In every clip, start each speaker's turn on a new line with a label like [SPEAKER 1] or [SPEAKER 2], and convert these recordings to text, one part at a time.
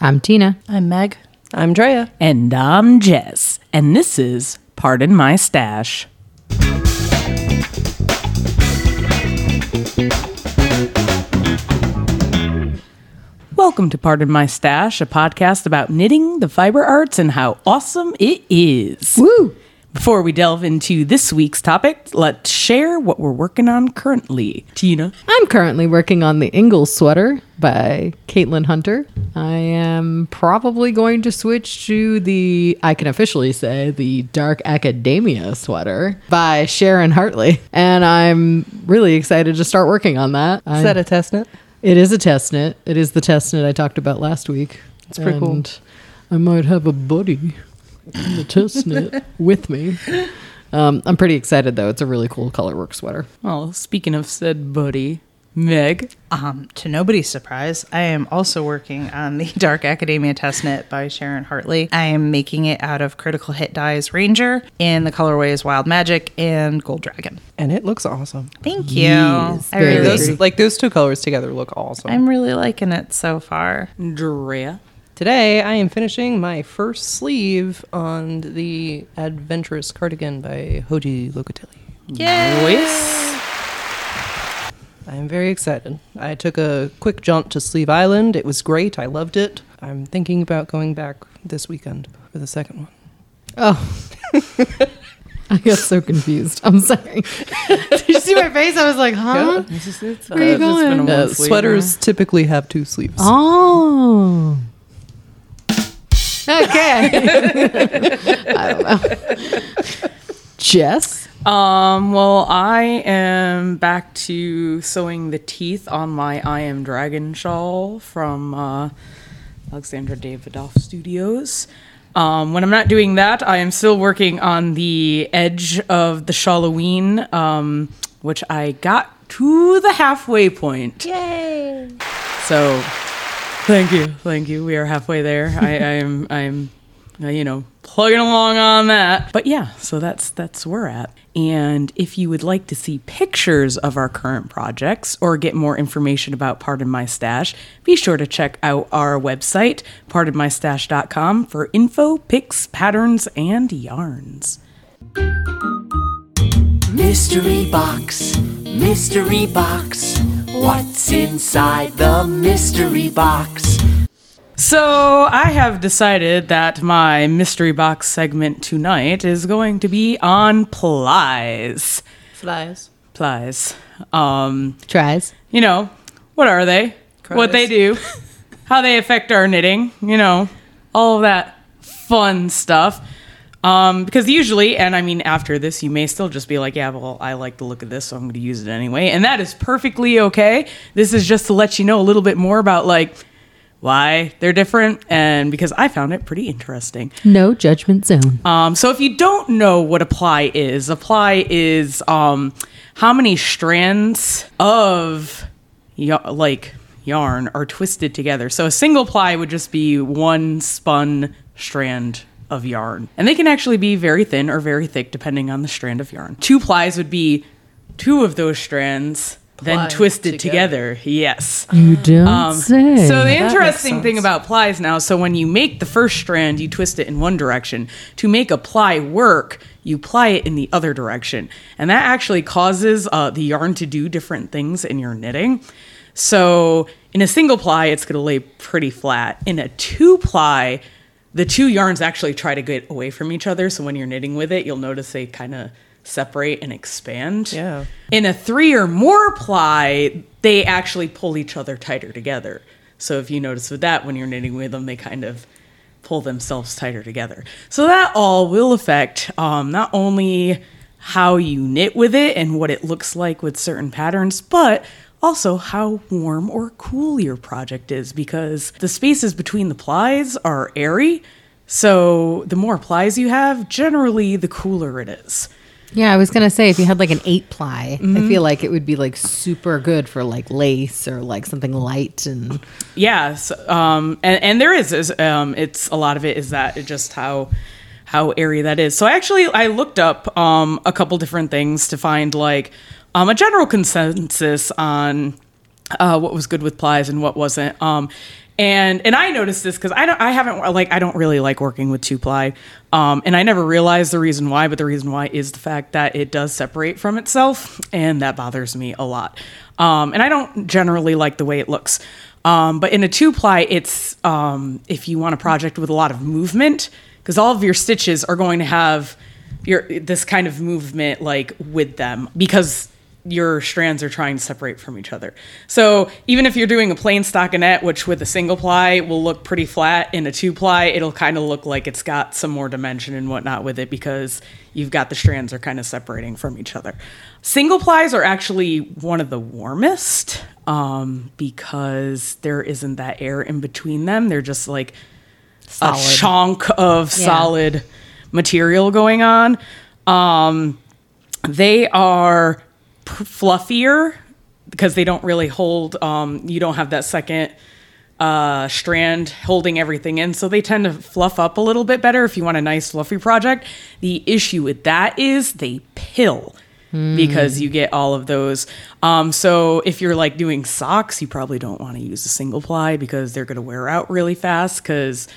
[SPEAKER 1] I'm Tina.
[SPEAKER 2] I'm Meg.
[SPEAKER 3] I'm Drea.
[SPEAKER 4] And I'm Jess. And this is Pardon My Stash. Welcome to Pardon My Stash, a podcast about knitting, the fiber arts, and how awesome it is.
[SPEAKER 1] Woo!
[SPEAKER 4] Before we delve into this week's topic, let's share what we're working on currently. Tina.
[SPEAKER 1] I'm currently working on the Ingalls sweater by Caitlin Hunter. I am probably going to switch to the, I can officially say, the Dark Academia sweater by Sharon Hartley. And I'm really excited to start working on that.
[SPEAKER 3] Is that a test knit?
[SPEAKER 1] It is a test knit. It is the test knit I talked about last week. It's
[SPEAKER 3] pretty cool.
[SPEAKER 1] I might have a buddy in the test knit with me. Um, I'm pretty excited though. It's a really cool color work sweater.
[SPEAKER 4] Well, speaking of said buddy, Meg.
[SPEAKER 2] Um, to nobody's surprise, I am also working on the Dark Academia test knit by Sharon Hartley. I am making it out of Critical Hit Dyes Ranger in the colorways Wild Magic and Gold Dragon.
[SPEAKER 3] And it looks awesome.
[SPEAKER 2] Thank you.
[SPEAKER 1] Yes,
[SPEAKER 2] I
[SPEAKER 1] very
[SPEAKER 2] really,
[SPEAKER 1] Those-
[SPEAKER 3] Those, like those two colors together look awesome.
[SPEAKER 2] I'm really liking it so far.
[SPEAKER 4] Drea.
[SPEAKER 3] Today I am finishing my first sleeve on the Adventurous Cardigan by Hoji Locatelli.
[SPEAKER 2] Yay!
[SPEAKER 3] I am very excited. I took a quick jaunt to Sleeve Island. It was great. I loved it. I'm thinking about going back this weekend for the second one.
[SPEAKER 1] Oh. I got so confused. I'm sorry. Did you see my face? I was like, huh? Where are you going?
[SPEAKER 3] Uh, sweaters typically have two sleeves.
[SPEAKER 1] Oh. Okay. I don't know. Jess?
[SPEAKER 4] Um, well, I am back to sewing the teeth on my I Am Dragon shawl from uh, Alexandra Davidoff Studios. Um, when I'm not doing that, I am still working on the edge of the Shalloween, um, which I got to the halfway point. So, thank you, thank you. We are halfway there. I, I am, I'm, uh, you know, plugging along on that. But yeah, so that's that's where we're at. And if you would like to see pictures of our current projects or get more information about Pardon My Stash, be sure to check out our website, pardonmystash.com, for info, pics, patterns, and yarns.
[SPEAKER 5] Mystery box, mystery box. What's inside the mystery box?
[SPEAKER 4] So, I have decided that my mystery box segment tonight is going to be on plies.
[SPEAKER 3] Flies.
[SPEAKER 4] Plies. Um,
[SPEAKER 1] Tries.
[SPEAKER 4] you know, what are they? What they do? how they affect our knitting? You know, all of that fun stuff. Um, because usually, and I mean, after this, you may still just be like, yeah, well, I like the look of this, so I'm going to use it anyway. And that is perfectly okay. This is just to let you know a little bit more about like why they're different and because I found it pretty interesting.
[SPEAKER 1] No judgment zone.
[SPEAKER 4] Um, so if you don't know what a ply is, a ply is um, how many strands of ya- like yarn are twisted together. So a single ply would just be one spun strand of yarn, and they can actually be very thin or very thick depending on the strand of yarn. Two plies would be two of those strands. Then
[SPEAKER 3] Plied
[SPEAKER 4] twisted
[SPEAKER 3] together.
[SPEAKER 4] together. Yes.
[SPEAKER 1] you don't
[SPEAKER 4] Um,
[SPEAKER 1] say.
[SPEAKER 4] So the interesting thing about plies now, so when you make the first strand, you twist it in one direction. To make a ply work, you ply it in the other direction, and that actually causes uh, the yarn to do different things in your knitting. So in a single ply, it's going to lay pretty flat. In a two ply, the two yarns actually try to get away from each other. So when you're knitting with it, you'll notice they kind of separate and expand.
[SPEAKER 3] Yeah.
[SPEAKER 4] In a three or more ply, they actually pull each other tighter together. So if you notice with that, when you're knitting with them, they kind of pull themselves tighter together. So that all will affect um, not only how you knit with it and what it looks like with certain patterns, but also how warm or cool your project is because the spaces between the plies are airy. So the more plies you have, generally the cooler it is.
[SPEAKER 1] Yeah, I was gonna say if you had like an eight ply, I feel like it would be like super good for like lace or like something light and
[SPEAKER 4] Yes, um, and and there is, is um, it's a lot of it is that it just how how airy that is. So actually, I looked up um, a couple different things to find like um, a general consensus on uh, what was good with plies and what wasn't. Um, And and I noticed this because I don't I haven't like I don't really like working with two ply, um, and I never realized the reason why. But the reason why is the fact that it does separate from itself, and that bothers me a lot. Um, and I don't generally like the way it looks. Um, but in a two ply, it's um, if you want a project with a lot of movement, because all of your stitches are going to have your this kind of movement like with them because your strands are trying to separate from each other. So even if you're doing a plain stockinette, which with a single ply will look pretty flat, in a two ply it'll kind of look like it's got some more dimension and whatnot with it because you've got the strands are kind of separating from each other. Single plies are actually one of the warmest um, because there isn't that air in between them. They're just like a chunk of solid material going on. Um, they are p- fluffier because they don't really hold. Um, you don't have that second uh, strand holding everything in, so they tend to fluff up a little bit better if you want a nice fluffy project. The issue with that is they pill. Because you get all of those. Um, so if you're like doing socks, you probably don't want to use a single ply because they're going to wear out really fast. Because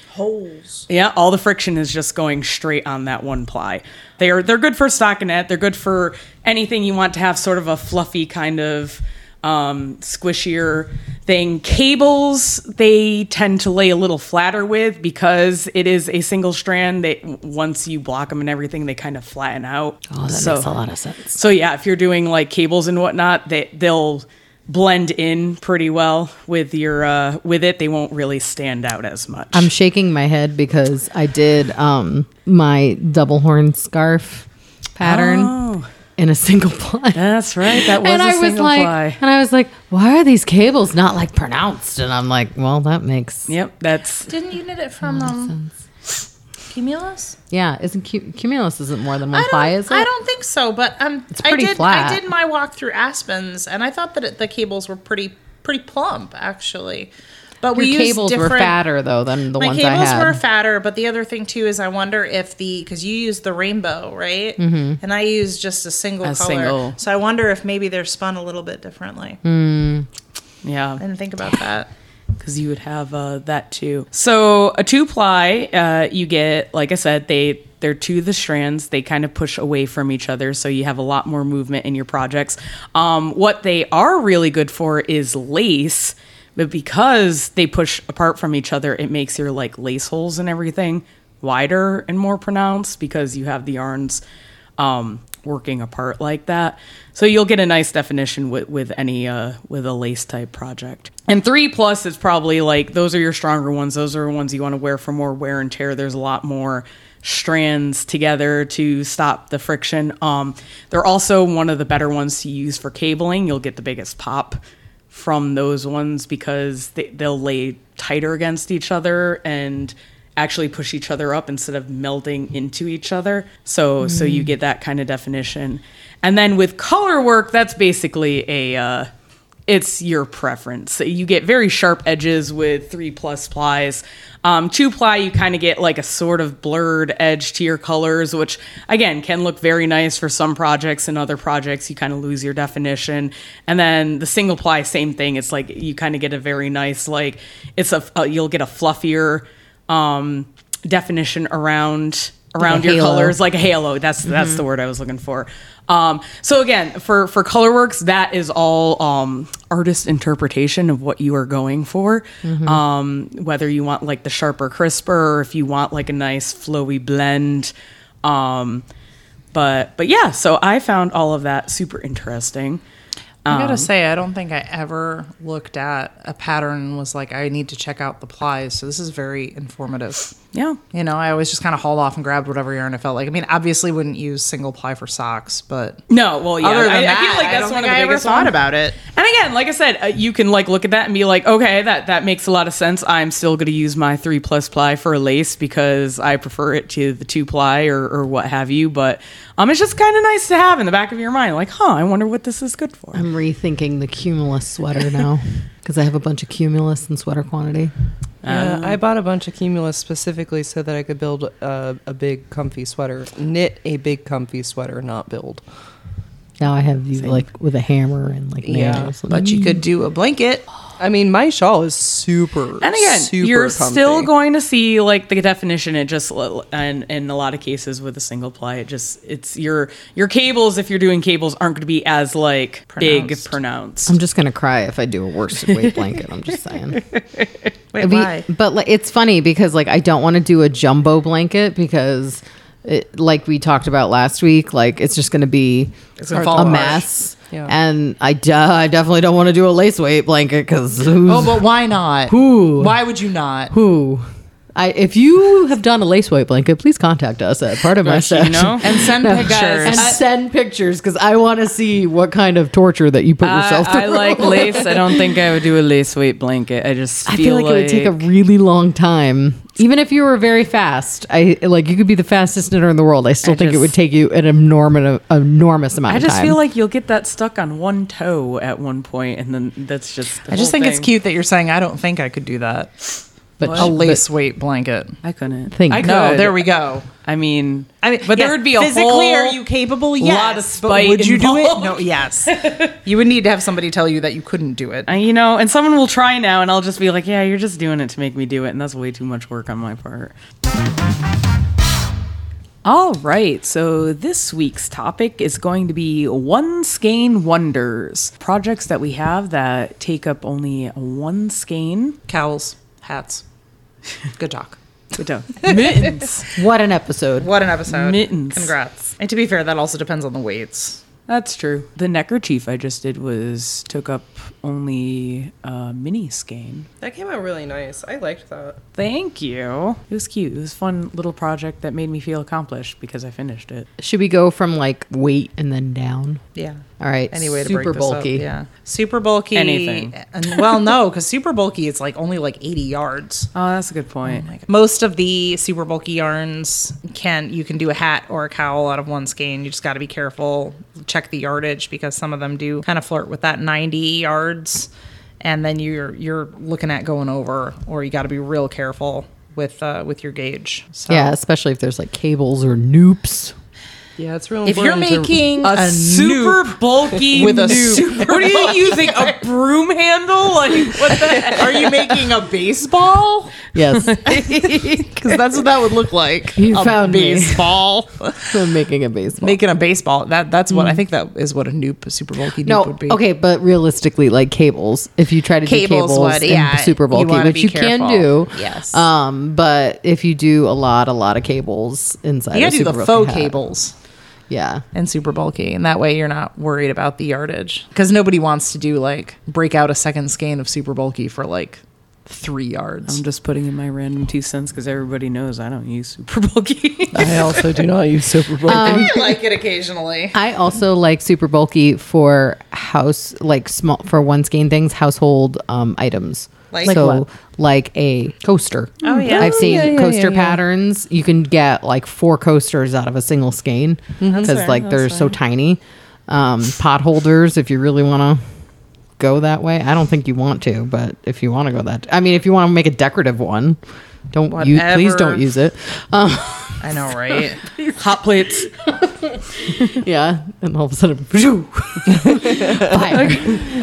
[SPEAKER 4] yeah, all the friction is just going straight on that one ply. They are they're good for stockinette. They're good for anything you want to have sort of a fluffy kind of um, squishier thing. Cables they tend to lay a little flatter with because it is a single strand. They once you block them and everything, they kind of flatten out.
[SPEAKER 1] Oh, that
[SPEAKER 4] So-
[SPEAKER 1] makes a lot of sense.
[SPEAKER 4] so yeah, if you're doing like cables and whatnot, they they'll blend in pretty well with your uh, with it. They won't really stand out as much.
[SPEAKER 1] I'm shaking my head because I did um my double horn scarf pattern in a single ply.
[SPEAKER 4] That's right. That was
[SPEAKER 1] and
[SPEAKER 4] a
[SPEAKER 1] I was
[SPEAKER 4] single
[SPEAKER 1] like,
[SPEAKER 4] ply.
[SPEAKER 1] and I was like, why are these cables not like pronounced? And I'm like, well, that makes
[SPEAKER 4] Yep, that's
[SPEAKER 6] Didn't you get it from um, Cumulus?
[SPEAKER 1] yeah. Isn't cu- cumulus isn't more than
[SPEAKER 6] I
[SPEAKER 1] one
[SPEAKER 6] don't,
[SPEAKER 1] ply? Is it?
[SPEAKER 6] I don't think so, but um, I
[SPEAKER 1] pretty
[SPEAKER 6] did.
[SPEAKER 1] flat.
[SPEAKER 6] I did my walk through Aspens, and I thought that it, the cables were pretty pretty plump actually. But we
[SPEAKER 1] Your
[SPEAKER 6] used
[SPEAKER 1] cables were
[SPEAKER 6] different,
[SPEAKER 1] fatter though than the
[SPEAKER 6] My
[SPEAKER 1] ones I
[SPEAKER 6] cables
[SPEAKER 1] had.
[SPEAKER 6] were fatter, but the other thing too is I wonder if the because you used the rainbow, right? Mm-hmm. And I used just a single Mm.
[SPEAKER 4] A
[SPEAKER 6] color,
[SPEAKER 4] single.
[SPEAKER 6] so I wonder if maybe they're spun a little bit differently. I
[SPEAKER 4] yeah,
[SPEAKER 6] didn't think about that.
[SPEAKER 4] because you would have uh, that too. So a two ply, uh, you get like I said, they they're two of the strands. They kind of push away from each other, so you have a lot more movement in your projects. Um, what they are really good for is lace. But because they push apart from each other, it makes your like lace holes and everything wider and more pronounced because you have the yarns um, working apart like that. So you'll get a nice definition with, with any uh, with a lace type project. And three plus is probably like those are your stronger ones. Those are the ones you want to wear for more wear and tear. There's a lot more strands together to stop the friction. Um, they're also one of the better ones to use for cabling. You'll get the biggest pop from those ones because they, they'll lay tighter against each other and actually push each other up instead of melding into each other. So so you get that kind of definition. And then with color work, that's basically a uh, it's your preference. You get very sharp edges with three plus plies. Um, two ply, you kind of get like a sort of blurred edge to your colors, which again can look very nice for some projects. And other projects, you kind of lose your definition. And then the single ply, same thing. It's like you kind of get a very nice, like it's a uh, you'll get a fluffier um, definition around around your
[SPEAKER 1] halo.
[SPEAKER 4] colors it's like a halo. That's
[SPEAKER 2] Mm-hmm.
[SPEAKER 4] that's the word I was looking for. Um, so again, for for colorworks, that is all um, artist interpretation of what you are going for.
[SPEAKER 2] Mm-hmm.
[SPEAKER 4] Um, whether you want like the sharper, crisper, or if you want like a nice flowy blend. Um, but but yeah, so I found all of that super interesting.
[SPEAKER 2] I gotta say, I don't think I ever looked at a pattern and was like, I need to check out the plies. So this is very informative.
[SPEAKER 4] Yeah,
[SPEAKER 2] You know, I always just kind of hauled off and grabbed whatever yarn I felt like. I mean, obviously, wouldn't use single ply for socks, but
[SPEAKER 4] no, well, yeah,
[SPEAKER 2] other than
[SPEAKER 4] I,
[SPEAKER 2] that,
[SPEAKER 4] I feel like that's
[SPEAKER 2] don't
[SPEAKER 4] one of
[SPEAKER 2] think
[SPEAKER 4] the
[SPEAKER 2] I ever
[SPEAKER 4] biggest
[SPEAKER 2] thought
[SPEAKER 4] one.
[SPEAKER 2] about it.
[SPEAKER 4] And again, like I said, uh, you can like look at that and be like, okay, that that makes a lot of sense. I'm still going to use my three plus ply for a lace because I prefer it to the two ply or, or what have you. But um, it's just kind of nice to have in the back of your mind, like, huh, I wonder what this is good for.
[SPEAKER 1] I'm rethinking the cumulus sweater now because I have a bunch of cumulus and sweater quantity.
[SPEAKER 3] Yeah, I bought a bunch of cumulus specifically so that I could build a, a big comfy sweater, knit a big comfy sweater, not build.
[SPEAKER 1] Now I have these like with a hammer and like nails.
[SPEAKER 3] Yeah,
[SPEAKER 1] and-
[SPEAKER 2] But you could do a blanket
[SPEAKER 3] I mean, my shawl is super.
[SPEAKER 4] And again,
[SPEAKER 3] super
[SPEAKER 4] you're
[SPEAKER 3] comfy.
[SPEAKER 4] still going to see like the definition. It just and in a lot of cases with a single ply, it just it's your your cables. If you're doing cables, aren't going to be as like big pronounced.
[SPEAKER 1] I'm just gonna cry if I do a worsted weight blanket. I'm just saying.
[SPEAKER 6] Wait,
[SPEAKER 1] It'd be-
[SPEAKER 6] why?
[SPEAKER 1] But like, it's funny because like I don't want to do a jumbo blanket because, it, like we talked about last week, like it's just going to be
[SPEAKER 4] gonna fall
[SPEAKER 1] a
[SPEAKER 4] apart.
[SPEAKER 1] mess.
[SPEAKER 3] Yeah.
[SPEAKER 1] And I, de- I definitely don't want to do a lace weight blanket because
[SPEAKER 7] Oh, but why not?
[SPEAKER 4] Oh.
[SPEAKER 1] Who?
[SPEAKER 7] Why would you not?
[SPEAKER 1] who. I, if you have done a lace weight blanket, please contact us at part of my
[SPEAKER 4] you
[SPEAKER 1] section.
[SPEAKER 4] know?
[SPEAKER 7] And send pictures.
[SPEAKER 1] And send pictures because I want to see what kind of torture that you put yourself through.
[SPEAKER 4] I, I like lace. I don't think I would do a lace weight blanket. I just feel
[SPEAKER 1] I feel like, it would take a really long time. Even if you were very fast, I like you could be the fastest knitter in the world. I still
[SPEAKER 4] I
[SPEAKER 1] think it
[SPEAKER 4] just-
[SPEAKER 1] would take you an enormous, enormous amount.
[SPEAKER 4] I
[SPEAKER 1] of
[SPEAKER 4] just
[SPEAKER 1] time.
[SPEAKER 4] feel like you'll get that stuck on one toe at one point, and then that's just. the
[SPEAKER 7] I just
[SPEAKER 4] whole
[SPEAKER 7] think it's
[SPEAKER 4] thing.
[SPEAKER 7] cute that you're saying I don't think I could do that.
[SPEAKER 1] but
[SPEAKER 7] A lace weight blanket.
[SPEAKER 4] I couldn't
[SPEAKER 1] Think.
[SPEAKER 4] I could.
[SPEAKER 7] No, there we go.
[SPEAKER 4] I mean,
[SPEAKER 6] I mean,
[SPEAKER 4] but there
[SPEAKER 6] yes,
[SPEAKER 4] would be a
[SPEAKER 6] physically
[SPEAKER 4] whole
[SPEAKER 6] are you capable? Yes,
[SPEAKER 4] lot
[SPEAKER 6] but
[SPEAKER 4] of spite
[SPEAKER 6] Would you
[SPEAKER 4] involved.
[SPEAKER 6] do it? No. Yes.
[SPEAKER 7] You would need to have somebody tell you that you couldn't do it.
[SPEAKER 4] I- you know, and someone will try now, and I'll just be like, "Yeah, you're just doing it to make me do it," and that's way too much work on my part. All right, so this week's topic is going to be one skein wonders projects that we have that take up only one skein.
[SPEAKER 7] Cowls, hats. Good talk.
[SPEAKER 4] Good job. mittens,
[SPEAKER 1] what an episode!
[SPEAKER 6] What an episode.
[SPEAKER 4] mittens.
[SPEAKER 6] Congrats. And to be fair, that also depends on the weights.
[SPEAKER 4] That's true. The neckerchief I just did was took up only a mini skein.
[SPEAKER 3] That came out really nice. I liked that.
[SPEAKER 4] Thank you. It was cute. It was a fun little project that made me feel accomplished because I finished it.
[SPEAKER 1] Should we go from like weight and then down?
[SPEAKER 6] Yeah.
[SPEAKER 1] All right,
[SPEAKER 6] Anyway,
[SPEAKER 1] super
[SPEAKER 6] to break
[SPEAKER 1] bulky.
[SPEAKER 6] This up. Yeah. Super bulky.
[SPEAKER 4] Anything.
[SPEAKER 6] And, well, no, because super bulky, it's like only like 80 yards.
[SPEAKER 4] Oh, that's a good point.
[SPEAKER 6] Most of the super bulky yarns can you can do a hat or a cowl out of one skein. You just got to be careful. Check the yardage because some of them do kind of flirt with that 90 yards, and then you're you're looking at going over, or you got to be real careful with uh, with your gauge. So.
[SPEAKER 1] Yeah, especially if there's like cables or noops.
[SPEAKER 3] Yeah, it's real.
[SPEAKER 6] If you're
[SPEAKER 3] important to-
[SPEAKER 6] making
[SPEAKER 7] A, super
[SPEAKER 4] bulky
[SPEAKER 7] With a super
[SPEAKER 4] what are you using? A broom handle? Like what the heck?
[SPEAKER 7] Are you making a baseball?
[SPEAKER 1] Yes,
[SPEAKER 7] Because that's what that would look like.
[SPEAKER 1] You
[SPEAKER 7] a
[SPEAKER 1] found me.
[SPEAKER 7] baseball.
[SPEAKER 1] I'm making a baseball.
[SPEAKER 7] making a baseball. That that's
[SPEAKER 6] Mm.
[SPEAKER 7] what I think that is what a noob, a super bulky noob
[SPEAKER 1] no,
[SPEAKER 7] would be.
[SPEAKER 1] okay, but realistically, like cables. If you try to do
[SPEAKER 6] Cables
[SPEAKER 1] cables
[SPEAKER 6] would,
[SPEAKER 1] and
[SPEAKER 6] yeah.
[SPEAKER 1] super
[SPEAKER 6] You
[SPEAKER 1] bulky,
[SPEAKER 6] wanna
[SPEAKER 1] which
[SPEAKER 6] be
[SPEAKER 1] you can
[SPEAKER 6] careful.
[SPEAKER 1] do,
[SPEAKER 6] Yes.
[SPEAKER 1] Um, but if you do a lot, a lot of cables inside,
[SPEAKER 6] You
[SPEAKER 1] a
[SPEAKER 6] gotta do
[SPEAKER 1] super
[SPEAKER 6] the
[SPEAKER 1] bulky
[SPEAKER 6] faux
[SPEAKER 1] hat.
[SPEAKER 6] cables
[SPEAKER 1] Yeah,
[SPEAKER 6] and super bulky, and that way you're not worried about the yardage because nobody wants to do like break out a second skein of super bulky for like three yards.
[SPEAKER 4] I'm just putting in my random two cents because everybody knows I don't use super bulky.
[SPEAKER 3] I also do not use Super Bowl.
[SPEAKER 6] I like it occasionally.
[SPEAKER 1] I also like super bulky for house, like small for one skein things, household um, items.
[SPEAKER 6] Like
[SPEAKER 1] so,
[SPEAKER 6] what?
[SPEAKER 1] like a coaster. Oh
[SPEAKER 6] yeah.
[SPEAKER 1] I've seen
[SPEAKER 3] yeah, yeah,
[SPEAKER 1] coaster
[SPEAKER 3] yeah, yeah.
[SPEAKER 1] patterns. You can get like four coasters out of a single skein because like they're so tiny. Um, pot holders, if you really want to go that way, I don't think you want to, but if you want to go that, I mean, if you want to make a decorative one, don't use. Please
[SPEAKER 6] Whatever.
[SPEAKER 1] don't use it. Um,
[SPEAKER 6] I know, right?
[SPEAKER 4] Hot plates.
[SPEAKER 1] yeah, and all of a sudden, phew, fire.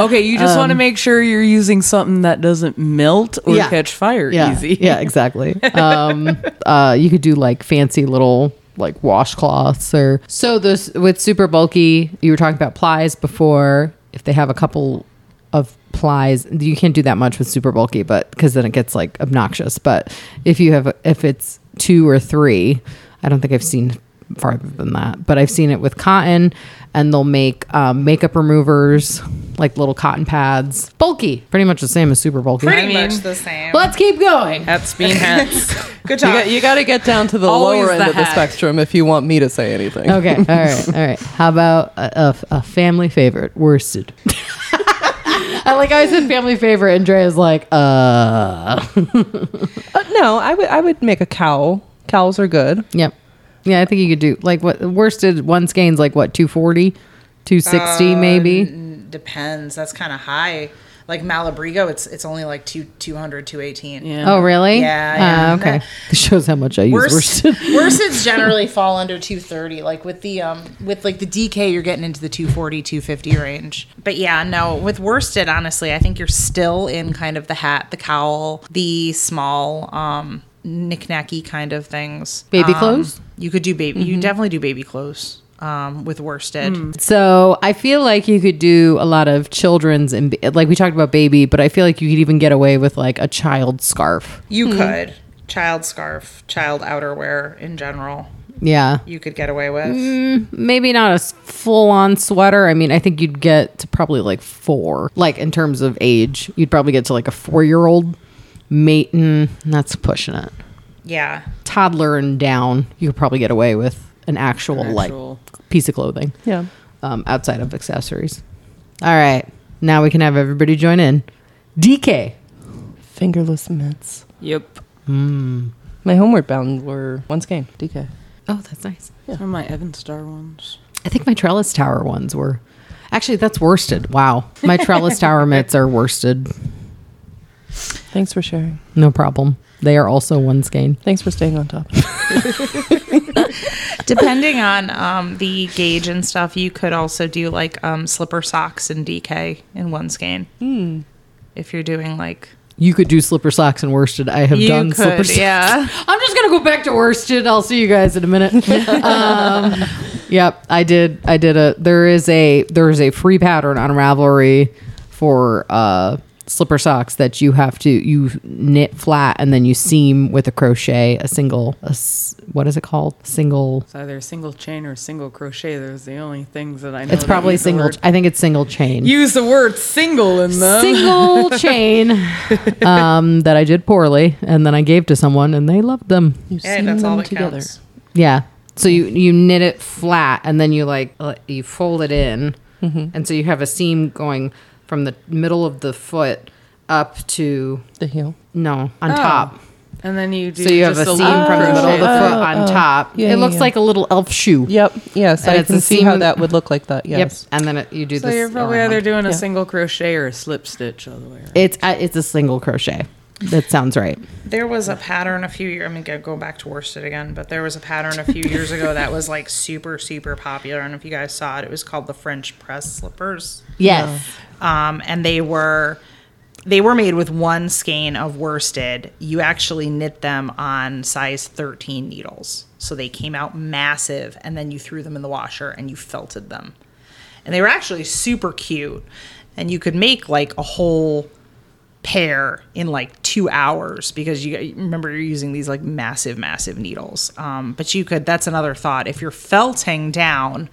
[SPEAKER 4] Okay, you just want to make sure you're using something that doesn't melt or
[SPEAKER 1] Yeah.
[SPEAKER 4] catch fire
[SPEAKER 1] yeah,
[SPEAKER 4] easy.
[SPEAKER 1] Yeah, exactly. um, uh, you could do like fancy little like washcloths or so those with super bulky. You were talking about plies before. If they have a couple of plies, you can't do that much with super bulky, but because then it gets like obnoxious. But if you have if it's two or three, I don't think I've seen farther than that but i've seen it with cotton and they'll make um, makeup removers like little cotton pads bulky pretty much the same as super bulky
[SPEAKER 6] Pretty
[SPEAKER 4] I mean-
[SPEAKER 6] much the same.
[SPEAKER 1] let's keep going
[SPEAKER 4] Hats being hats.
[SPEAKER 6] Good
[SPEAKER 3] You
[SPEAKER 6] job.
[SPEAKER 3] got, you got to get down to the
[SPEAKER 4] Always
[SPEAKER 3] lower end
[SPEAKER 4] the
[SPEAKER 3] of the
[SPEAKER 4] hat.
[SPEAKER 3] spectrum if you want me to say anything.
[SPEAKER 1] Okay. All right. All right. How about a, a, a family favorite, worsted? I like I said family favorite, and Dre is like, uh,
[SPEAKER 3] Uh, no, I would I would make a cowl. Cowls are good.
[SPEAKER 1] yep, yeah. I think you could do like what worsted one
[SPEAKER 6] Uh,
[SPEAKER 1] skeins like what 240, 260 maybe.
[SPEAKER 6] Depends. That's kind of high. Like Malabrigo, it's it's only like two 200, 218.
[SPEAKER 4] Yeah.
[SPEAKER 1] Oh, really?
[SPEAKER 6] Yeah, yeah.
[SPEAKER 1] Ah, okay. This shows how much I use
[SPEAKER 6] Worse,
[SPEAKER 1] worsted.
[SPEAKER 6] worsteds generally fall under 230 like with the um with like the dk you're getting into the 240 250 range but yeah no with worsted honestly i think you're still in kind of the hat the cowl the small um knickknacky kind of things
[SPEAKER 1] Baby
[SPEAKER 6] Um,
[SPEAKER 1] clothes? Mm-hmm.
[SPEAKER 6] you could do baby you definitely do baby clothes um with worsted
[SPEAKER 1] Mm. So I feel like you could do a lot of children's and like we talked about baby, but I feel like you could even get away with like a child scarf.
[SPEAKER 6] you could child scarf child outerwear in general
[SPEAKER 1] Yeah,
[SPEAKER 6] you could get away with
[SPEAKER 1] Mm. maybe not a full on sweater. I mean, I think you'd get to probably like four, like in terms of age, you'd probably get to like a four year old. Mate, mm, that's pushing it.
[SPEAKER 6] yeah
[SPEAKER 1] Toddler and down, you could probably get away with an actual,
[SPEAKER 4] actual-
[SPEAKER 1] like piece of clothing.
[SPEAKER 3] Yeah.
[SPEAKER 1] um, outside of accessories. All right, now we can have everybody join in. DK.
[SPEAKER 3] Fingerless mitts.
[SPEAKER 4] Yep.
[SPEAKER 3] My homeward bound were once game, DK.
[SPEAKER 1] Oh, that's nice.
[SPEAKER 4] Or my Evan Star ones.
[SPEAKER 1] I think my trellis tower ones were. Actually, that's worsted. Wow. My trellis tower mitts are worsted.
[SPEAKER 3] Thanks for sharing.
[SPEAKER 1] No problem. They are also one skein.
[SPEAKER 3] Thanks for staying on top.
[SPEAKER 6] depending on um, the gauge and stuff, you could also do like um, slipper socks and DK in one skein. If you're doing like
[SPEAKER 1] You could do slipper socks and worsted. I have
[SPEAKER 6] you
[SPEAKER 1] done slipper
[SPEAKER 6] could,
[SPEAKER 1] socks.
[SPEAKER 6] yeah,
[SPEAKER 1] I'm just gonna go back to worsted. I'll see you guys in a minute. um, yep, I did. I did a. There is a there is a free pattern on Ravelry for uh, slipper socks that you have to you knit flat and then you seam with a crochet a single a s what is it called single.
[SPEAKER 4] It's either a single chain or a single crochet. Those are the only things that I know.
[SPEAKER 1] It's
[SPEAKER 4] that
[SPEAKER 1] probably
[SPEAKER 4] use the
[SPEAKER 1] single.
[SPEAKER 4] word-
[SPEAKER 1] I think it's single chain.
[SPEAKER 4] use the word single in them.
[SPEAKER 1] single chain um, that I did poorly and then I gave to someone and they loved them.
[SPEAKER 3] You've
[SPEAKER 6] Hey,
[SPEAKER 3] seen
[SPEAKER 6] that's
[SPEAKER 3] them
[SPEAKER 6] all that
[SPEAKER 3] together.
[SPEAKER 6] counts.
[SPEAKER 1] Yeah. So you you knit it flat and then you like uh, you fold it in,
[SPEAKER 4] Mm-hmm.
[SPEAKER 1] and so you have a seam going from the middle of the foot up to
[SPEAKER 3] The heel.
[SPEAKER 1] no on top.
[SPEAKER 4] And then you Oh. do.
[SPEAKER 1] So you have
[SPEAKER 4] just
[SPEAKER 1] a
[SPEAKER 4] a
[SPEAKER 1] seam
[SPEAKER 4] little
[SPEAKER 1] from the middle of
[SPEAKER 4] crochet.
[SPEAKER 1] the
[SPEAKER 4] Oh,
[SPEAKER 1] foot on top.
[SPEAKER 3] Yeah,
[SPEAKER 1] it
[SPEAKER 3] yeah,
[SPEAKER 1] looks
[SPEAKER 3] yeah.
[SPEAKER 1] like a little elf shoe.
[SPEAKER 3] Yep. Yes,
[SPEAKER 1] And
[SPEAKER 3] I
[SPEAKER 1] it's
[SPEAKER 3] can
[SPEAKER 1] a
[SPEAKER 3] see how
[SPEAKER 1] seam-
[SPEAKER 3] that would look like that.
[SPEAKER 1] Yep.
[SPEAKER 3] Yes.
[SPEAKER 1] And then it, you do
[SPEAKER 4] So
[SPEAKER 1] this.
[SPEAKER 4] you're probably either
[SPEAKER 1] around.
[SPEAKER 4] doing a
[SPEAKER 3] Yeah.
[SPEAKER 4] single crochet or a slip stitch all the way around.
[SPEAKER 1] it's uh, it's a single crochet. That sounds right.
[SPEAKER 6] there was a pattern a few years. I'm gonna go back to worsted again, but there was a pattern a few years ago that was like super super popular. And if you guys saw it, it was called the French press slippers.
[SPEAKER 1] Yes.
[SPEAKER 6] um, and they were they were made with one skein of worsted. You actually knit them on size 13 needles. So they came out massive and then you threw them in the washer and you felted them. And they were actually super cute. And you could make like a whole pair in like two hours because you remember you're using these like massive, massive needles. Um, but you could, that's another thought. If you're felting down,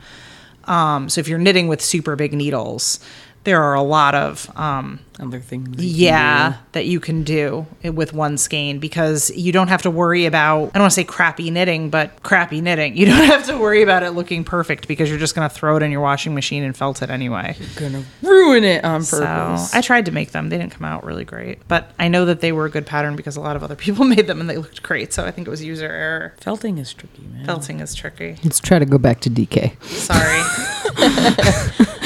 [SPEAKER 6] um, so if you're knitting with super big needles, there are a lot of um,
[SPEAKER 4] Other things. you can
[SPEAKER 6] yeah that you can do with one skein because you don't have to worry about I don't want to say crappy knitting, but crappy knitting. You don't have to worry about it looking perfect because you're just going to throw it in your washing machine and felt it anyway.
[SPEAKER 4] do. Gonna ruin it on
[SPEAKER 6] So
[SPEAKER 4] purpose.
[SPEAKER 6] I tried to make them; they didn't come out really great, but I know that they were a good pattern because a lot of other people made them and they looked great. So I think it was user error.
[SPEAKER 4] Felting is tricky, man.
[SPEAKER 6] Felting is tricky.
[SPEAKER 1] Let's try to go back to DK.
[SPEAKER 6] Sorry.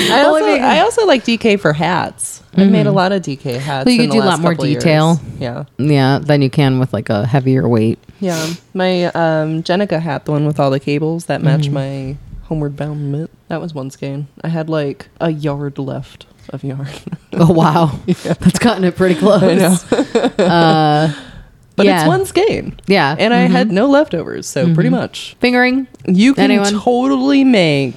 [SPEAKER 3] I also, I also like DK for hats. I've made a lot of DK hats.
[SPEAKER 1] Mm-hmm. Well, you
[SPEAKER 3] in
[SPEAKER 1] could do a
[SPEAKER 3] the
[SPEAKER 1] lot
[SPEAKER 3] last
[SPEAKER 1] more
[SPEAKER 3] couple of years.
[SPEAKER 1] detail.
[SPEAKER 3] Yeah.
[SPEAKER 1] Yeah. Then you can with like a heavier weight.
[SPEAKER 3] Yeah. My um, Jenica hat, the one with all the cables that
[SPEAKER 1] Mm-hmm.
[SPEAKER 3] matched my homeward bound mitt, that was one skein. I had like a yard left of yarn.
[SPEAKER 1] Oh wow, that's gotten it pretty close. Uh,
[SPEAKER 3] but
[SPEAKER 1] Yeah. Mm-hmm.
[SPEAKER 3] it's one skein.
[SPEAKER 1] Yeah,
[SPEAKER 3] And I had no leftovers, so pretty much.
[SPEAKER 1] fingering.
[SPEAKER 3] You can
[SPEAKER 1] Anyone?
[SPEAKER 3] totally make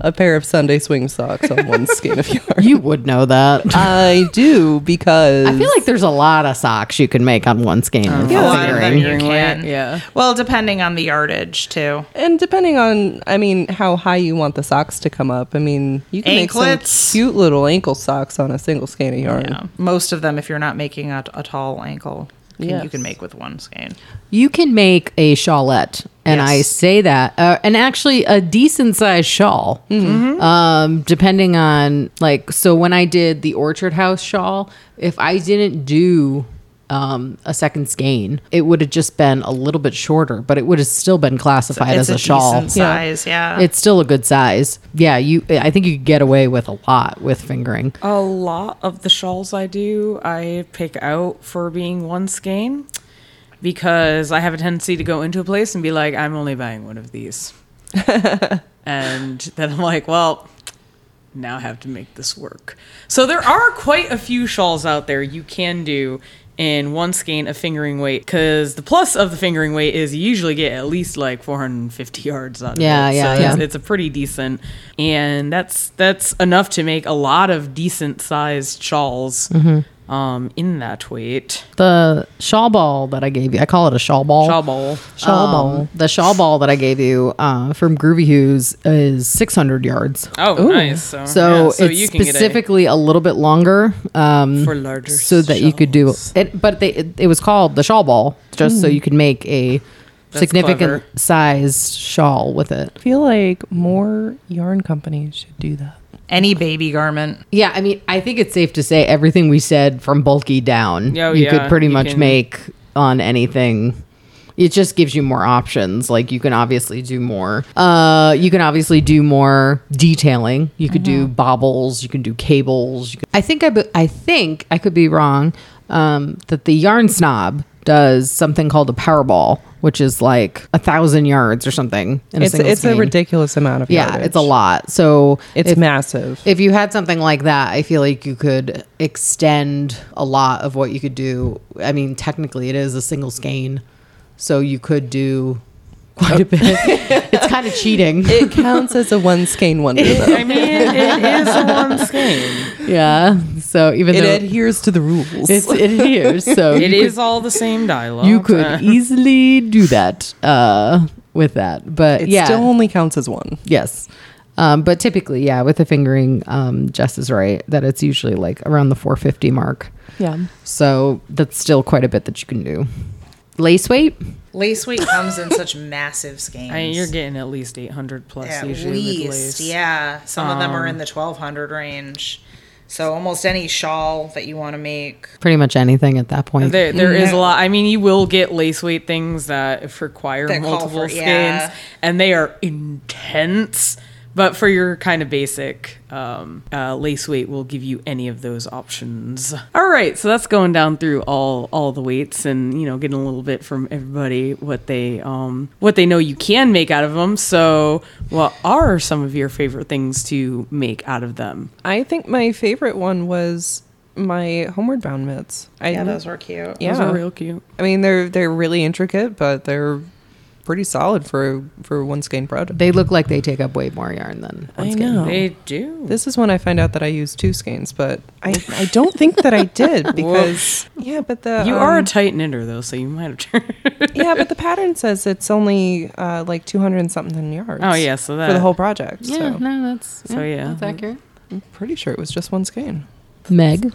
[SPEAKER 3] a pair of Sunday swing socks on one skein of yarn.
[SPEAKER 1] You would know that.
[SPEAKER 3] I do because
[SPEAKER 1] I feel like there's a lot of socks you can make on one skein. of
[SPEAKER 6] Um, a lot of
[SPEAKER 1] fingering.
[SPEAKER 6] them you
[SPEAKER 4] Fingering
[SPEAKER 6] can.
[SPEAKER 4] weight, yeah.
[SPEAKER 6] Well, depending on the yardage too.
[SPEAKER 3] And depending on, I mean, how high you want the socks to come up, I mean, you can make
[SPEAKER 6] Anklets.
[SPEAKER 3] some cute little ankle socks on a single skein of yarn.
[SPEAKER 6] Yeah. Most of them, if you're not making a, a tall ankle, can, you
[SPEAKER 3] Yes.
[SPEAKER 6] can make with one skein.
[SPEAKER 1] You can make a shawlette, and I
[SPEAKER 6] Yes.
[SPEAKER 1] say that, uh, and actually a decent sized shawl,
[SPEAKER 2] Mm-hmm.
[SPEAKER 1] um, depending on like. So when I did the Orchard House shawl, if I didn't do um, a second skein, it would have just been a little bit shorter, but it would have still been classified
[SPEAKER 2] It's
[SPEAKER 1] as a, shawl.
[SPEAKER 2] decent size, yeah.
[SPEAKER 1] It's still a good size. Yeah, you. I think you could get away with a lot with fingering.
[SPEAKER 4] A lot of the shawls I do, I pick out for being one skein because I have a tendency to go into a place and be like, I'm only buying one of these. and then I'm like, well, now I have to make this work. So there are quite a few shawls out there you can do in one skein of fingering weight because the plus of the fingering weight is you usually get at least like 450 yards out of
[SPEAKER 1] Yeah,
[SPEAKER 4] it.
[SPEAKER 1] yeah,
[SPEAKER 4] so It's,
[SPEAKER 1] yeah.
[SPEAKER 4] it's a pretty decent, and that's that's enough to make a lot of decent sized shawls.
[SPEAKER 1] Mm-hmm.
[SPEAKER 4] Um, in that weight,
[SPEAKER 1] The shawl ball that I gave you, I call it a shawl ball.
[SPEAKER 4] shawl bowl.
[SPEAKER 1] Shawl ball. Um, The shawl ball that I gave you uh, from Groovy Hues is 600 yards.
[SPEAKER 4] Oh, nice. So,
[SPEAKER 1] So
[SPEAKER 4] yeah, so
[SPEAKER 1] it's
[SPEAKER 4] you can get a-
[SPEAKER 1] specifically a, little bit longer um,
[SPEAKER 4] For larger
[SPEAKER 1] so that you could do it. But they, it, it was called the shawl ball, just so you could make a significant
[SPEAKER 4] clever.
[SPEAKER 1] sized shawl with it.
[SPEAKER 3] I feel like more yarn companies should do that.
[SPEAKER 6] Any baby garment.
[SPEAKER 1] Yeah, I mean, I think it's safe to say everything we said from bulky down,
[SPEAKER 4] Oh,
[SPEAKER 1] you
[SPEAKER 4] yeah,
[SPEAKER 1] could pretty
[SPEAKER 4] you
[SPEAKER 1] much
[SPEAKER 4] can-
[SPEAKER 1] make on anything. It just gives you more options. Like you can obviously do more. Uh, you can obviously do more detailing. You could
[SPEAKER 3] Mm-hmm.
[SPEAKER 1] do bobbles. You can do cables. You could, I think I, be- I think I could be wrong. Um, that the yarn snob does something called a powerball, which is like a thousand yards or something. In
[SPEAKER 3] It's
[SPEAKER 1] a single
[SPEAKER 3] it's a
[SPEAKER 1] skein.
[SPEAKER 3] ridiculous amount of
[SPEAKER 1] Yeah,
[SPEAKER 3] yardage.
[SPEAKER 1] it's a lot. So
[SPEAKER 3] It's
[SPEAKER 1] if-
[SPEAKER 3] massive.
[SPEAKER 1] if you had something like that, I feel like you could extend a lot of what you could do. I mean, technically, it is a single skein, so you could do quite a bit. it's kind of cheating.
[SPEAKER 3] it counts as a one skein wonder. Though.
[SPEAKER 4] I mean, it is a one skein.
[SPEAKER 1] yeah. So even
[SPEAKER 3] It
[SPEAKER 1] though
[SPEAKER 3] adheres to the rules.
[SPEAKER 1] it's it adheres, so
[SPEAKER 4] It
[SPEAKER 1] you
[SPEAKER 4] is all the same dialogue. Uh,
[SPEAKER 1] could, you could easily do that uh, with that. But
[SPEAKER 3] it
[SPEAKER 1] yeah,
[SPEAKER 3] still only counts as one.
[SPEAKER 1] yes. Um, but typically, yeah, with the fingering, um, Jess is right that it's usually like around the 450 mark.
[SPEAKER 7] Yeah.
[SPEAKER 1] So that's still quite a bit that you can do. Lace weight?
[SPEAKER 6] Lace weight comes in such massive skeins.
[SPEAKER 4] I mean, you're getting at least 800 plus
[SPEAKER 6] At
[SPEAKER 4] usually with
[SPEAKER 6] least,
[SPEAKER 4] lace. Um,
[SPEAKER 6] yeah. Some of them are in the 1200 range. So almost any shawl that you want to make.
[SPEAKER 1] Pretty much anything at that point.
[SPEAKER 4] There, there is a lot. I mean, you will get lace weight things that if require
[SPEAKER 6] That call
[SPEAKER 4] multiple
[SPEAKER 6] for-
[SPEAKER 4] skeins,
[SPEAKER 6] yeah.
[SPEAKER 4] and they are intense. But for your kind of basic, um, uh, lace weight will give you any of those options. All right, so that's going down through all all the weights, and you know, getting a little bit from everybody what they um, what they know you can make out of them. So, what are some of your favorite things to make out of them?
[SPEAKER 3] I think my favorite one was my homeward bound mitts. I,
[SPEAKER 6] Yeah, those were cute.
[SPEAKER 3] Yeah,
[SPEAKER 4] Those are real cute.
[SPEAKER 3] I mean, they're they're really intricate, but they're pretty solid for for one skein product.
[SPEAKER 1] they look like they take up way more yarn than one skein.
[SPEAKER 4] They do.
[SPEAKER 3] This is when I find out that I used two skeins, but I, I don't think that I did because yeah, but the
[SPEAKER 4] you are a
[SPEAKER 3] um,
[SPEAKER 4] tight knitter though, so you might have turned.
[SPEAKER 3] yeah, but the pattern says it's only uh, like two hundred and something yards.
[SPEAKER 4] Oh, yeah, so
[SPEAKER 3] for
[SPEAKER 4] that-
[SPEAKER 3] the whole project.
[SPEAKER 1] Yeah,
[SPEAKER 3] so
[SPEAKER 1] no, that's,
[SPEAKER 4] So, yeah.
[SPEAKER 1] that's accurate.
[SPEAKER 3] I'm pretty sure it was just one skein.
[SPEAKER 1] Meg?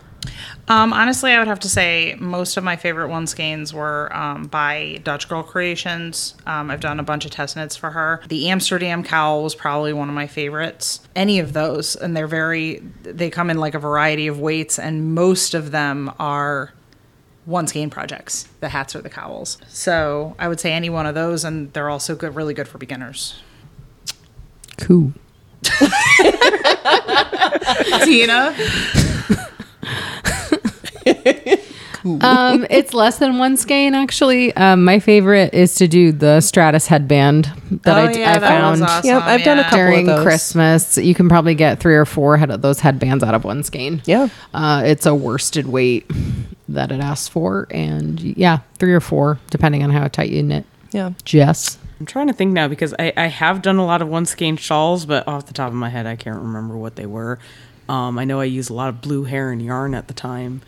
[SPEAKER 6] Um, honestly, I would have to say most of my favorite one skeins were um, by Dutch Girl Creations. Um, I've done a bunch of test knits for her. The Amsterdam cowl was probably one of my favorites. Any of those, and they're very, they come in like a variety of weights, and most of them are one skein projects the hats or the cowls. So I would say any one of those, and they're also good, really good for beginners.
[SPEAKER 1] Cool.
[SPEAKER 6] Tina?
[SPEAKER 1] um, it's less than one skein actually. Um, my favorite is to do the Stratus headband that I,
[SPEAKER 6] Oh,
[SPEAKER 1] d-
[SPEAKER 6] yeah,
[SPEAKER 1] I
[SPEAKER 6] that one's
[SPEAKER 1] found
[SPEAKER 6] awesome,
[SPEAKER 3] Yep, I've done a
[SPEAKER 6] yeah.
[SPEAKER 3] couple
[SPEAKER 1] during
[SPEAKER 3] of those.
[SPEAKER 1] Christmas. You can probably get three or four head of those headbands out of one skein.
[SPEAKER 3] Yeah.
[SPEAKER 1] uh, it's a worsted weight that it asks for, and yeah, three or four depending on how tight you knit.
[SPEAKER 3] Yeah,
[SPEAKER 1] Jess,
[SPEAKER 4] I'm trying to think now because I, I have done a lot of one skein shawls, but off the top of my head, I can't remember what they were. Um, I know I used a lot of blue heron yarn at the time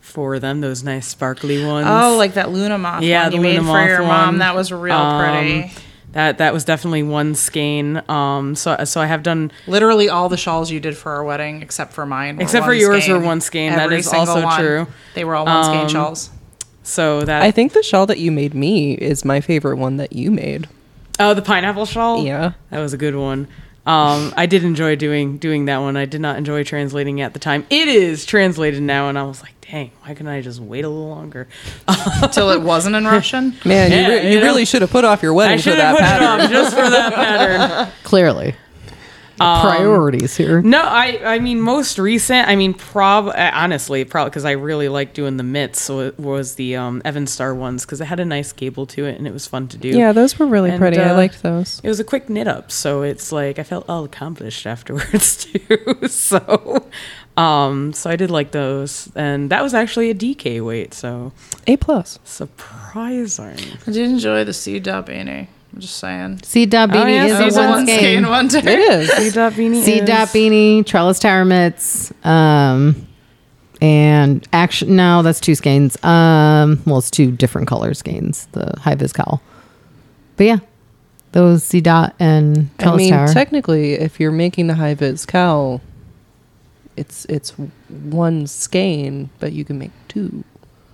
[SPEAKER 4] for them, those nice sparkly ones.
[SPEAKER 6] Oh, like that Luna Moth
[SPEAKER 4] yeah,
[SPEAKER 6] one
[SPEAKER 4] the
[SPEAKER 6] you made
[SPEAKER 4] Luna
[SPEAKER 6] for your
[SPEAKER 4] Moth
[SPEAKER 6] mom.
[SPEAKER 4] one.
[SPEAKER 6] That was real
[SPEAKER 4] Um,
[SPEAKER 6] pretty.
[SPEAKER 4] That that was definitely one skein. Um, so so I have done
[SPEAKER 6] Literally all the shawls you did for our wedding, except for mine. Were
[SPEAKER 4] Except
[SPEAKER 6] one
[SPEAKER 4] for yours
[SPEAKER 6] skein.
[SPEAKER 4] were one skein. That
[SPEAKER 6] Every
[SPEAKER 4] is
[SPEAKER 6] single
[SPEAKER 4] also
[SPEAKER 6] one.
[SPEAKER 4] true.
[SPEAKER 6] They were all one skein
[SPEAKER 4] Um,
[SPEAKER 6] shawls.
[SPEAKER 4] so that
[SPEAKER 3] I think the shawl that you made me is my favorite one that you made.
[SPEAKER 4] Oh, the pineapple shawl.
[SPEAKER 3] Yeah.
[SPEAKER 4] that was a good one. Um, I did enjoy doing doing that one. I did not enjoy translating at the time. It is translated now, and I was like, dang, why couldn't I just wait a little longer?
[SPEAKER 2] Till it wasn't in Russian.
[SPEAKER 3] Man,
[SPEAKER 4] Yeah,
[SPEAKER 3] you, re-
[SPEAKER 4] you
[SPEAKER 3] you
[SPEAKER 4] know.
[SPEAKER 3] really should have put off your
[SPEAKER 4] I
[SPEAKER 3] wedding for
[SPEAKER 4] should have
[SPEAKER 3] that
[SPEAKER 4] put
[SPEAKER 3] pattern.
[SPEAKER 4] it on just for that pattern.
[SPEAKER 1] Clearly, Um, priorities here.
[SPEAKER 4] No, I I mean most recent. I mean, prob uh, honestly, probably because I really like doing the mitts. So it was the um, Evan Star ones because it had a nice gable to it and it was fun to do.
[SPEAKER 7] Yeah, those were really
[SPEAKER 4] And,
[SPEAKER 7] pretty. I
[SPEAKER 4] uh,
[SPEAKER 7] liked those.
[SPEAKER 4] It was a quick knit up, so it's like I felt all accomplished afterwards too. so, um, so I did like those, and that was actually a DK weight, so
[SPEAKER 7] A plus.
[SPEAKER 4] surprising.
[SPEAKER 2] I did enjoy the sea dot beanie. I'm just saying.
[SPEAKER 1] C dot beanie
[SPEAKER 4] yeah,
[SPEAKER 1] is
[SPEAKER 4] so
[SPEAKER 1] the
[SPEAKER 4] it's a
[SPEAKER 1] one,
[SPEAKER 2] one skein,
[SPEAKER 1] skein.
[SPEAKER 2] one day.
[SPEAKER 7] It is.
[SPEAKER 4] C dot beanie.
[SPEAKER 1] C dot beanie, trellis tower mitts, um, and action. No, that's two skeins. Um, well, it's two different color skeins. The high vis cowl, but yeah, those C dot and
[SPEAKER 3] I
[SPEAKER 1] trellis
[SPEAKER 3] mean,
[SPEAKER 1] tower.
[SPEAKER 3] technically, if you're making the high vis cowl, it's it's one skein, but you can make two.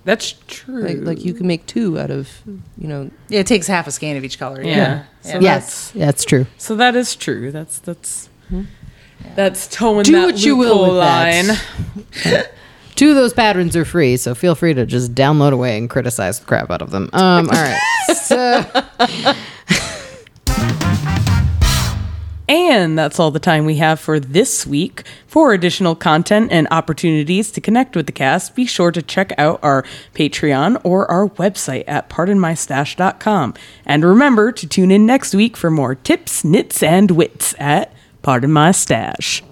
[SPEAKER 4] That's true.
[SPEAKER 3] Like, like you can make two out of you know.
[SPEAKER 2] Yeah, it takes half a skein of each color.
[SPEAKER 4] yeah. So
[SPEAKER 1] yes, that's true.
[SPEAKER 4] That's, so that is true. That's that's that's towing
[SPEAKER 1] Hmm? Do
[SPEAKER 4] that
[SPEAKER 1] what you will
[SPEAKER 4] loophole
[SPEAKER 1] with that.
[SPEAKER 4] line.
[SPEAKER 1] Two of those patterns are free, so feel free to just download away and criticize the crap out of them. Um, all right. So,
[SPEAKER 4] And that's all the time we have for this week. For additional content and opportunities to connect with the cast, be sure to check out our Patreon or our website at pardonmystash.com. And remember to tune in next week for more tips, knits, and wits at Pardon My Stash.